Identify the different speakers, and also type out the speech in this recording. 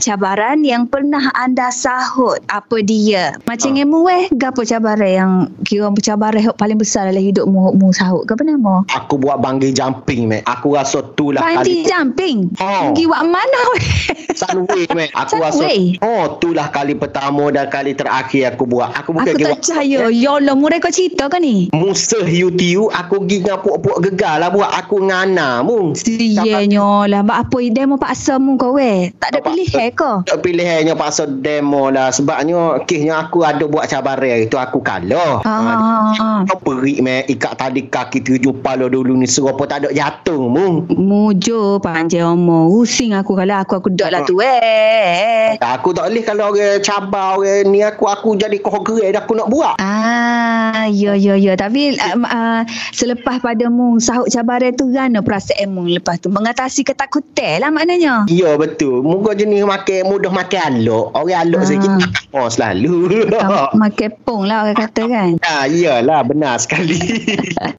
Speaker 1: cabaran yang pernah anda sahut apa dia? Macam
Speaker 2: Ah.
Speaker 1: ha. emu eh, gapo cabaran yang kira cabaran yang paling besar dalam hidup mu mu sahut ke pernah mu?
Speaker 2: Aku buat bungee jumping meh. Aku rasa tu lah
Speaker 1: Panti jumping.
Speaker 2: Ha.
Speaker 1: Pergi buat mana weh?
Speaker 2: Sunway meh. Aku rasa
Speaker 1: Sunway?
Speaker 2: oh tu lah kali pertama dan kali terakhir aku buat. Aku bukan
Speaker 1: Aku
Speaker 2: pergi
Speaker 1: tak
Speaker 2: buat-
Speaker 1: percaya. Ya Allah, murai kau cerita ke ni?
Speaker 2: Musa UTU aku pergi dengan puak-puak gegar lah buat aku ngana mung.
Speaker 1: Sianya lah. Bak apa demo paksa mu kau weh? Tak ada
Speaker 2: Nampak?
Speaker 1: pilihan ke?
Speaker 2: Tak pilihannya paksa demo lah sebabnya kisnya aku ada buat cabaran itu aku kalah.
Speaker 1: Ha ha ha, ha.
Speaker 2: Kau perik meh ikat tadi kaki tujuh pala dulu ni serapa tak ada jatuh mung.
Speaker 1: Mujo panjang umur. Rusing aku kalau aku aku dok lah tu eh.
Speaker 2: Aku tak boleh kalau orang cabar orang ni aku aku jadi kogere dah aku nak buat.
Speaker 1: Ah, ya ya ya. Tapi um, uh, selepas pada mung sahut cabaran tu gana perasaan mung lepas tu mengatasi ketakutan lah maknanya.
Speaker 2: Ya betul. Muka jenis makan mudah makan alok. Orang alok
Speaker 1: Ah.
Speaker 2: sikit oh selalu.
Speaker 1: Makan pong lah orang kata kan.
Speaker 2: Ah, iyalah benar sekali.